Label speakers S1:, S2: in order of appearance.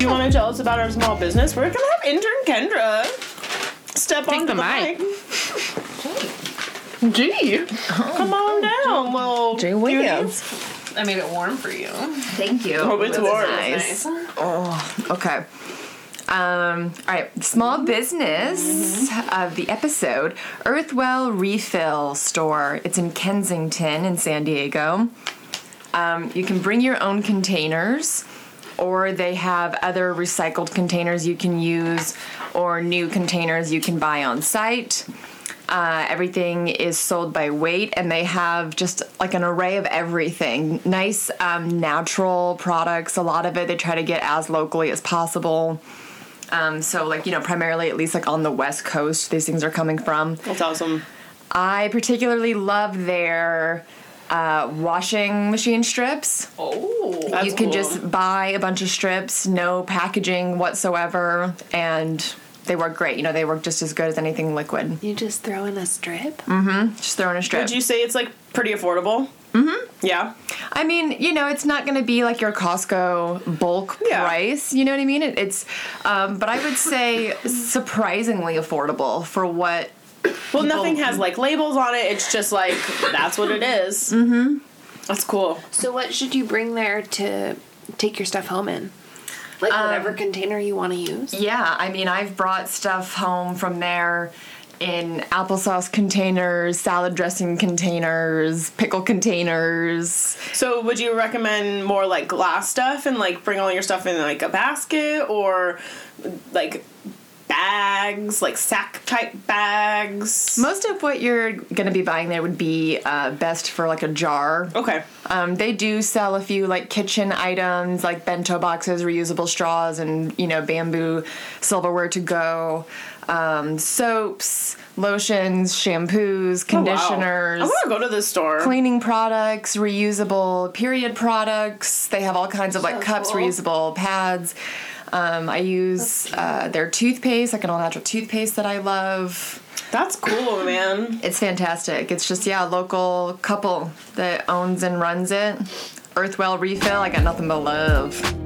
S1: you want to tell us about our small business? We're gonna have intern Kendra step on
S2: Take
S1: onto
S2: the
S1: the
S2: mic.
S1: mic.
S3: Gee.
S1: Come on down, little
S3: Oh, Jay
S1: cutie.
S3: Williams.
S2: I made it warm for you.
S3: Thank you.
S1: Hope it's warm.
S2: Nice.
S3: Oh, okay. Um, all right, small business of the episode Earthwell Refill Store. It's in Kensington in San Diego. Um, you can bring your own containers, or they have other recycled containers you can use, or new containers you can buy on site. Uh, everything is sold by weight, and they have just like an array of everything. Nice, um, natural products. A lot of it they try to get as locally as possible. Um, so, like you know, primarily at least like on the West Coast, these things are coming from.
S1: That's awesome.
S3: I particularly love their uh, washing machine strips.
S2: Oh.
S1: That's
S3: you can
S1: cool.
S3: just buy a bunch of strips, no packaging whatsoever, and they work great. You know, they work just as good as anything liquid.
S2: You just throw in a strip?
S3: Just throw in a strip.
S1: Would you say it's like pretty affordable? Mm-hmm. Yeah.
S3: I mean, you know, it's not going to be like your Costco bulk
S1: Yeah.
S3: price. You know what I mean? It, it's, um, but I would say surprisingly affordable for what.
S1: Well, nothing has like labels on it. It's just like that's what it is.
S3: Mm-hmm.
S1: That's cool.
S2: So what should you bring there to take your stuff home in? Like whatever container you want to use.
S3: Yeah, I mean, I've brought stuff home from there in applesauce containers, salad dressing containers, pickle containers.
S1: So, would you recommend more like glass stuff and like bring all your stuff in like a basket or like bags, like sack type bags?
S3: Most of what you're going to be buying there would be uh, best for like a jar.
S1: Okay.
S3: Um, they do sell a few like kitchen items, like bento boxes, reusable straws, and you know bamboo silverware to go, um, soaps, lotions, shampoos,
S1: Oh, wow.
S3: conditioners,
S1: I want to go to this store.
S3: cleaning products, reusable period products. They have all kinds of like
S2: So
S3: cups,
S2: cool.
S3: reusable pads. Um, I use uh, their toothpaste, like an all natural toothpaste that I love.
S1: That's cool, man.
S3: It's fantastic. It's just yeah, a local couple that owns and runs it. Earthwell Refill. I got nothing but love.